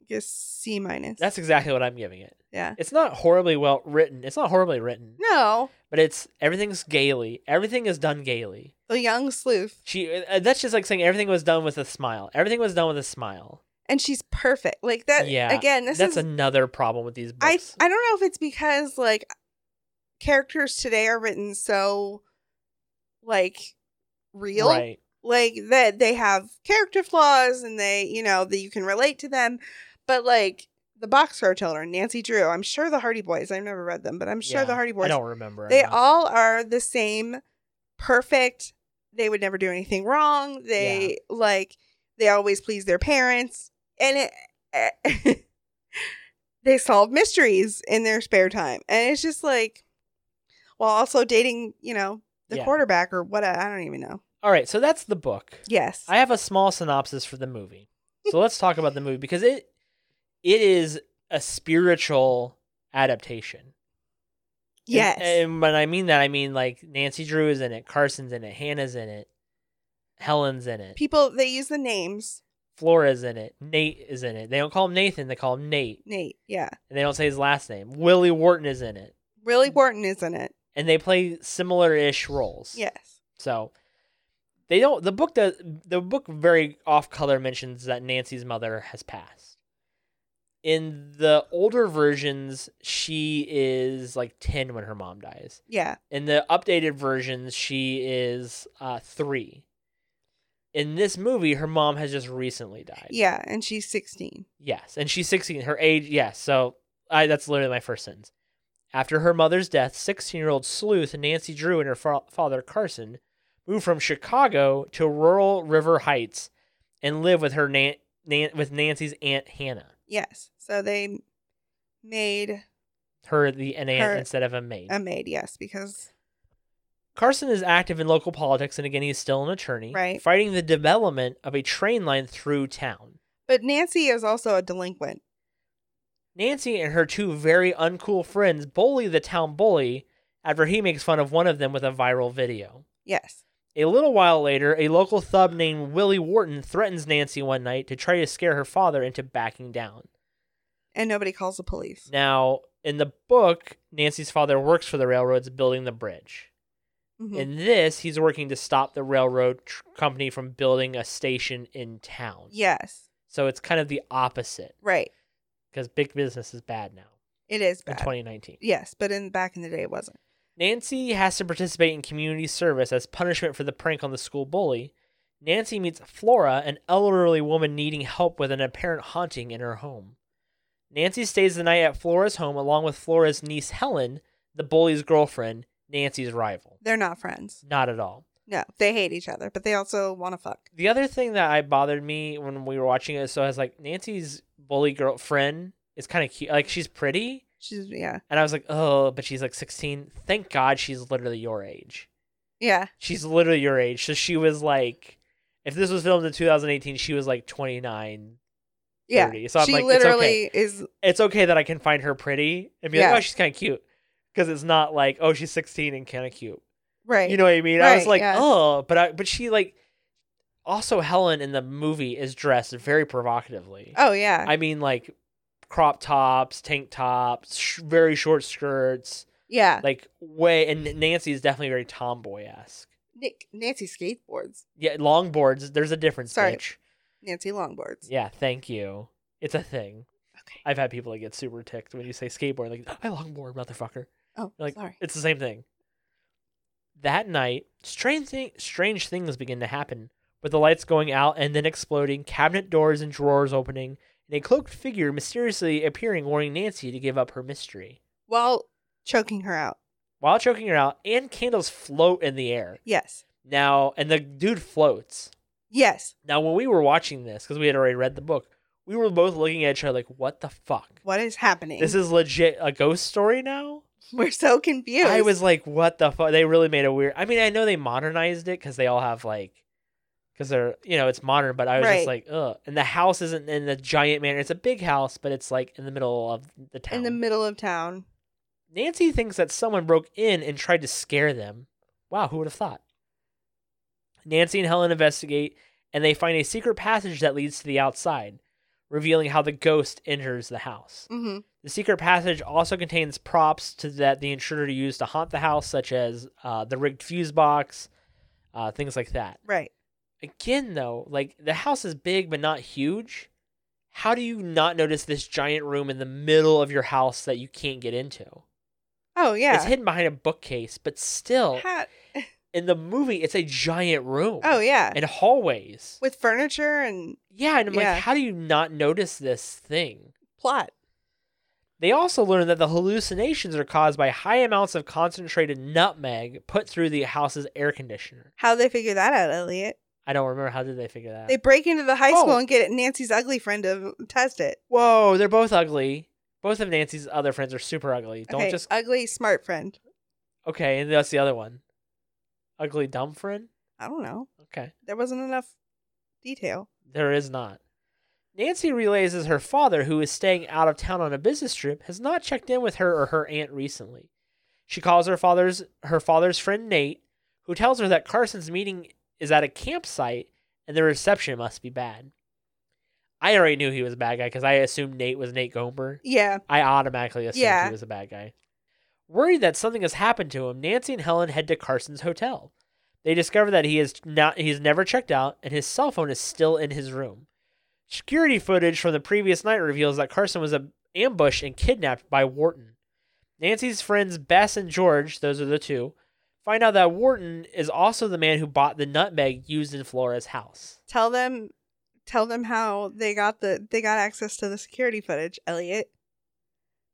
Just C minus. That's exactly what I'm giving it. yeah. It's not horribly well written. It's not horribly written, No, but it's everything's gaily. Everything is done gaily. the young sleuth, She uh, that's just like saying everything was done with a smile. Everything was done with a smile. and she's perfect. Like that. yeah. Again, this that's is. another problem with these I books. I don't know if it's because like characters today are written so like real, Right. like that they have character flaws and they you know that you can relate to them, but like the Boxcar Children, Nancy Drew, I'm sure the Hardy Boys. I've never read them, but I'm sure Yeah, the Hardy I Boys. don't remember. They any. all are the same, perfect. They would never do anything wrong. They like they always please their parents, and it, (laughs) they solve mysteries in their spare time. And it's just like, while also dating, you know, the Yeah. quarterback or what? I don't even know. All right, so that's the book. Yes, I have a small synopsis for the movie. (laughs) So let's talk about the movie because it it is a spiritual adaptation. And- yes, And, when I mean that, I mean like Nancy Drew is in it, Carson's in it, Hannah's in it, Helen's in it, people they use the names Flora's in it, Nate is in it. They don't call him Nathan, they call him Nate. Nate. Yeah, And they don't say his last name. Willie Wharton is in it. Willie Wharton is in it. And they play similar ish roles. Yes, So they don't the book does the book very off color mentions that Nancy's mother has passed. In the older versions, she is like ten when her mom dies. yeah, In the updated versions, she is uh, three. In this movie, her mom has just recently died. yeah, and she's sixteen. Yes, and she's sixteen. Her age, yes. So I, that's literally my first sentence. After her mother's death, sixteen-year-old sleuth Nancy Drew and her fa- father Carson move from Chicago to rural River Heights and live with her nan- nan- with Nancy's aunt Hannah. Yes, so they made Her the an aunt Her- instead of a maid. a maid. Yes, because Carson is active in local politics, and again, he's still an attorney, Right. fighting the development of a train line through town. But Nancy is also a delinquent. Nancy and her two very uncool friends bully the town bully after he makes fun of one of them with a viral video. Yes. A little while later, a local thug named Willie Wharton threatens Nancy one night to try to scare her father into backing down. And nobody calls the police. Now, in the book, Nancy's father works for the railroads building the bridge. Mhm. Mm-hmm. In this, he's working to stop the railroad tr- company from building a station in town. yes. So it's kind of the opposite Right. because big business is bad now. It is in bad. 2019. yes, but in back in the day, it wasn't. Nancy has to participate in community service as punishment for the prank on the school bully. Nancy meets Flora, an elderly woman needing help with an apparent haunting in her home. Nancy stays the night at Flora's home along with Flora's niece Helen, the bully's girlfriend, Nancy's rival. They're not friends. Not at all. No, they hate each other, but they also want to fuck. The other thing that I bothered me when we were watching it, so I was like, Nancy's bully girlfriend is kind of cute. Like she's pretty, She's yeah, and I was like, oh, but she's like 16. Thank God she's literally your age. yeah, She's literally your age. So she was like, if this was filmed in 2018, she was like 29. yeah. 30. So I'm she like, it's literally is. It's okay that I can find her pretty and be Yeah. like, oh, she's kind of cute. Because it's not like, oh, she's 16 and kind of cute. Right. You know what I mean? I was Right, like, yeah. oh, but I, but she like, also Helen in the movie is dressed very provocatively. oh yeah. I mean, like crop tops, tank tops, sh- very short skirts, yeah. like way. And Nancy is definitely very tomboy esque. Nick, Nancy skateboards. Yeah, longboards. There's a difference, Sorry. bitch. Nancy longboards. Yeah, thank you. It's a thing. Okay. I've had people that get super ticked when you say skateboard, like I longboard, motherfucker. Oh, Like sorry. it's the same thing. That night, strange thing, strange things begin to happen, with the lights going out and then exploding, cabinet doors and drawers opening, and a cloaked figure mysteriously appearing, warning Nancy to give up her mystery. While choking her out. While choking her out, and candles float in the air. Yes. Now, and the dude floats. Yes. Now, when we were watching this, because we had already read the book, we were both looking at each other like, "What the fuck?" What is happening? This is legit a ghost story now. (laughs) We're so confused. I was like, what the fuck? They really made a weird. I mean, I know they modernized it because they all have like, because they're you know it's modern, but I was Right. just like, ugh. And the house isn't in the giant manor. It's a big house, but it's like in the middle of the town. in the middle of town. Nancy thinks that someone broke in and tried to scare them. Wow, who would have thought? Nancy and Helen investigate, and they find a secret passage that leads to the outside, revealing how the ghost enters the house. Mm-hmm. The secret passage also contains props to that the intruder used to haunt the house, such as uh, the rigged fuse box, uh, things like that. Right. Again, though, like the house is big but not huge. How do you not notice this giant room in the middle of your house that you can't get into? Oh yeah. It's hidden behind a bookcase, but still, Ha- in the movie, it's a giant room. oh yeah. And hallways. With furniture and Yeah, and I'm Yeah. like, how do you not notice this thing? plot. They also learned that the hallucinations are caused by high amounts of concentrated nutmeg put through the house's air conditioner. How they figure that out, Elliot? I don't remember how did they figure that. out. They break into the high school Oh. and get Nancy's ugly friend to test it. Whoa, they're both ugly. Both of Nancy's other friends are super ugly. Don't okay, uh just ugly smart friend. okay, and that's the other one. Ugly dumb friend. I don't know. Okay, There wasn't enough detail. there is not. Nancy realizes her father, who is staying out of town on a business trip, has not checked in with her or her aunt recently. She calls her father's her father's friend Nate, who tells her that Carson's meeting is at a campsite and the reception must be bad. I already knew he was a bad guy because I assumed Nate was Nate Gomber. Yeah. I automatically assumed Yeah. he was a bad guy. Worried that something has happened to him, Nancy and Helen head to Carson's hotel. They discover that he is not he's never checked out and his cell phone is still in his room. Security footage from the previous night reveals that Carson was ab- ambushed and kidnapped by Wharton. Nancy's friends Bess and George, those are the two, find out that Wharton is also the man who bought the nutmeg used in Flora's house. Tell them tell them how they got the they got access to the security footage, Elliot.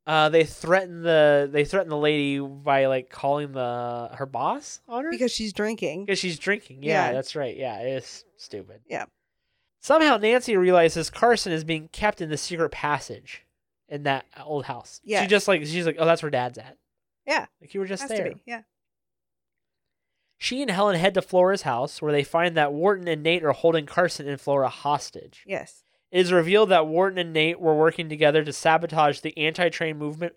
Uh, they threaten the they threaten the lady by like calling the her boss on her Because she's drinking. Because she's drinking. Yeah, Yeah. that's right. Yeah, it's stupid. Yeah. Somehow Nancy realizes Carson is being kept in the secret passage in that old house. Yeah. She just like she's like, oh, that's where Dad's at. Yeah. Like you were just Has there. to be. Yeah. She and Helen head to Flora's house, where they find that Wharton and Nate are holding Carson and Flora hostage. Yes. It is revealed that Wharton and Nate were working together to sabotage the anti-train movement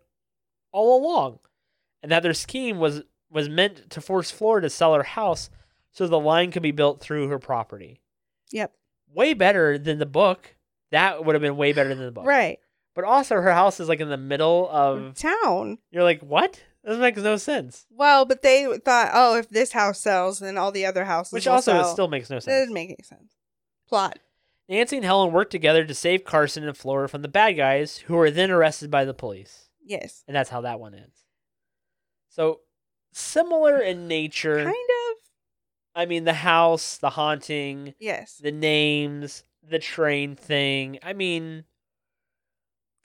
all along, and that their scheme was was meant to force Flora to sell her house so the line could be built through her property. Yep. Way better than the book. That would have been way better than the book. Right. But also, her house is like in the middle (laughs) of. Town. You're like, what? This makes no sense. Well, but they thought, oh, if this house sells, then all the other houses. Which will also sell. still makes no That sense. doesn't make any sense. Plot. Nancy and Helen work together to save Carson and Flora from the bad guys, who are then arrested by the police. Yes. and that's how that one ends. So similar in nature. Kind of. I mean, the house, the haunting, Yes. the names, the train thing. I mean,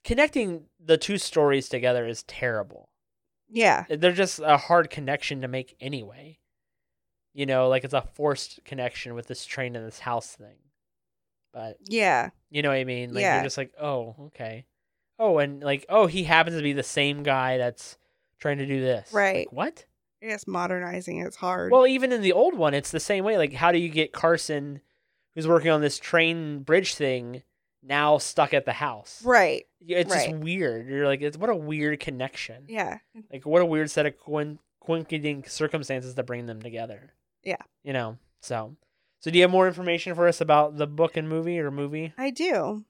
connecting the two stories together is terrible. Yeah. They're just a hard connection to make anyway. You know, like it's a forced connection with this train and this house thing. But Yeah. you know what I mean? Like Yeah. you're just like, oh, okay. Oh, and like, oh, he happens to be the same guy that's trying to do this. Like, Right. what? I guess modernizing is hard. Well, even in the old one, it's the same way. Like, how do you get Carson, who's working on this train bridge thing, now stuck at the house? right. Yeah, It's right. just weird. You're like, it's what a weird connection. Yeah. Like, what a weird set of coin- coinciding circumstances that bring them together. Yeah. You know. So, so do you have more information for us about the book and movie or movie? I do.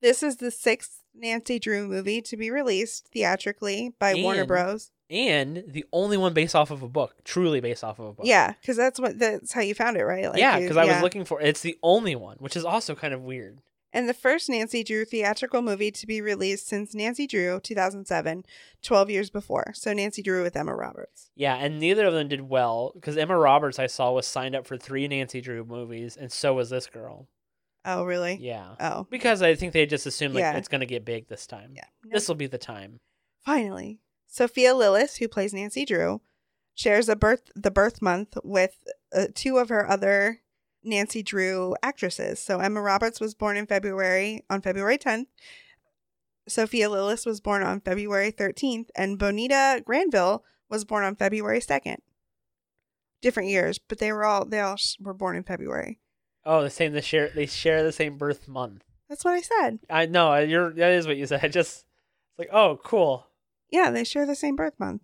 This is the sixth Nancy Drew movie to be released theatrically by Warner And- Bros. and the only one based off of a book, truly based off of a book. Yeah, because that's what that's how you found it, right? yeah, you- because I was looking for it's the only one, which is also kind of weird. And the first Nancy Drew theatrical movie to be released since Nancy Drew 2007, 12 years before. So Nancy Drew with Emma Roberts. Yeah, and neither of them did well because Emma Roberts I saw was signed up for three Nancy Drew movies, and so was this girl. Oh, really? Yeah, Oh, because I think they just assumed like Yeah. it's gonna get big this time. yeah. No. This will be the time. Finally, Sophia Lillis, who plays Nancy Drew, shares a birth the birth month with uh, two of her other Nancy Drew actresses. So Emma Roberts was born in February on February 10th. Sophia Lillis was born on February 13th, and Bonita Granville was born on February 2nd. Different years, but they were all they all sh- were born in February. Oh, the same. They share. They share the same birth month. That's what I said. I know. You're. That is what you said. (laughs) I just. It's like oh, cool. Yeah, they share the same birth month.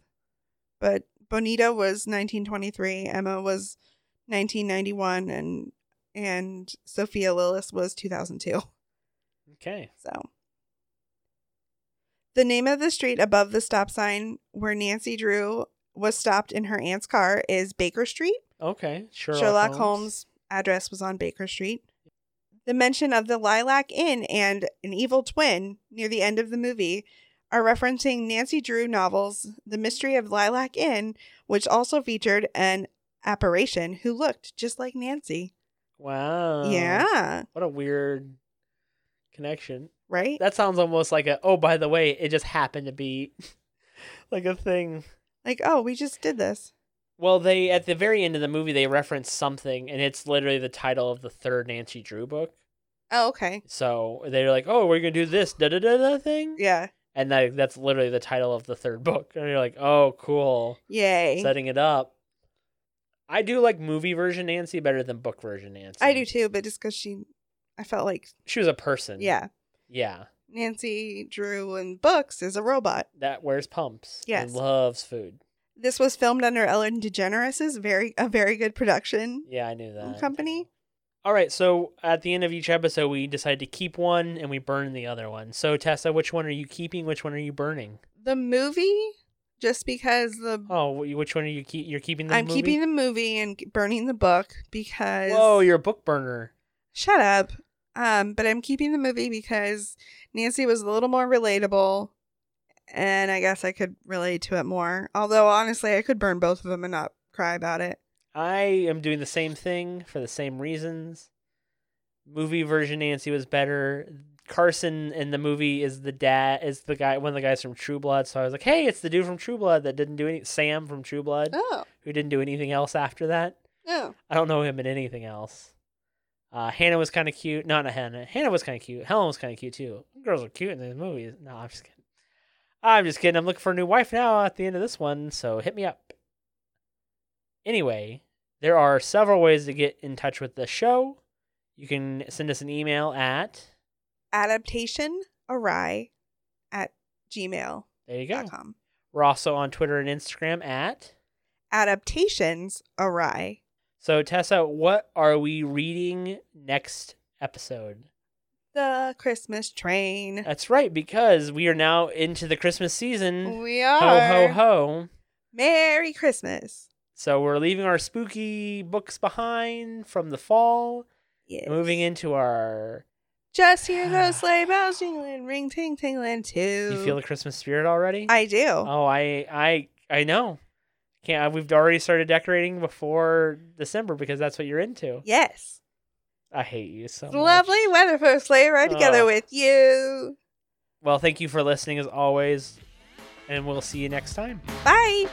But Bonita was 1923, Emma was 1991, and and Sophia Lillis was 2002. Okay. (laughs) So the name of the street above the stop sign where Nancy Drew was stopped in her aunt's car is Baker Street. Okay. Sherlock, Sherlock, Holmes. address was on Baker Street. The mention of the Lilac Inn and an evil twin near the end of the movie are referencing Nancy Drew novels The Mystery of Lilac Inn, which also featured an apparition who looked just like Nancy. Oh. Wow. yeah, What a weird connection. right? That sounds almost like a oh by the way, it just happened to be (laughs) like a thing. Like, oh, we just did this. Well, they at the very end of the movie they reference something and it's literally the title of the third Nancy Drew book. Oh, okay. So they're like, "Oh, we're going to do this da da da da thing." Yeah. And that that's literally the title of the third book. And you're like, "Oh, cool. Yay. Setting it up." I do like movie version Nancy better than book version Nancy. I do too, but just because she, I felt like, She was a person. yeah, Yeah. Nancy Drew in books is a robot. That wears pumps. and Yes. loves food. This was filmed under Ellen DeGeneres' very a very good production Yeah, I knew that. company. All right, so at the end of each episode, we decide to keep one and we burn the other one. So Tessa, which one are you keeping? Which one are you burning? The movie, just because the Oh, wh- which one are you keep? You're keeping the I'm movie? keeping the movie and burning the book because Whoa, you're a book burner. shut up. Um, but I'm keeping the movie because Nancy was a little more relatable, and I guess I could relate to it more. Although honestly, I could burn both of them and not cry about it. I am doing the same thing for the same reasons. Movie version Nancy was better. Carson in the movie is the dad is the guy one of the guys from True Blood. So I was like, hey, it's the dude from True Blood that didn't do any Sam from True Blood Oh, who didn't do anything else after that. oh, I don't know him in anything else. Uh, Hannah was kind of cute. No, not Hannah. Hannah was kind of cute. Helen was kind of cute too. Girls are cute in these movies. No, I'm just kidding. I'm just kidding. I'm looking for a new wife now at the end of this one, so hit me up. Anyway, there are several ways to get in touch with the show. You can send us an email at adaptation awry at gmail.com. there you go. We're also on Twitter and Instagram at Adaptations awry. so Tessa. What are we reading next episode? The Christmas train. That's right, because we are now into the Christmas season. We Um, Ho are. ho ho. Merry Christmas. So we're leaving our spooky books behind from the fall, Yes. moving into our Just hear (sighs) those sleigh bells jingling, ring ting tingling too. You feel the Christmas spirit already? I do. oh, I I I know. Can't I, we've already started decorating before December because that's what you're into. Yes. I hate you so It's much. lovely weather for a sleigh ride together Oh. with you. Well, thank you for listening as always, and we'll see you next time. Bye.